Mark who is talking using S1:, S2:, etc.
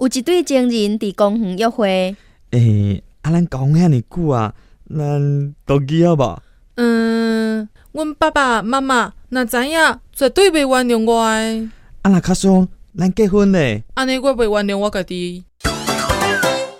S1: 有一对情人伫公园约会。
S2: 诶，啊，咱讲遐尼久啊，咱都记好无？
S3: 嗯，阮爸爸妈妈若知影，绝对袂原谅我的。
S2: 啊，若较爽，咱结婚咧。
S3: 安尼我袂原谅我家己。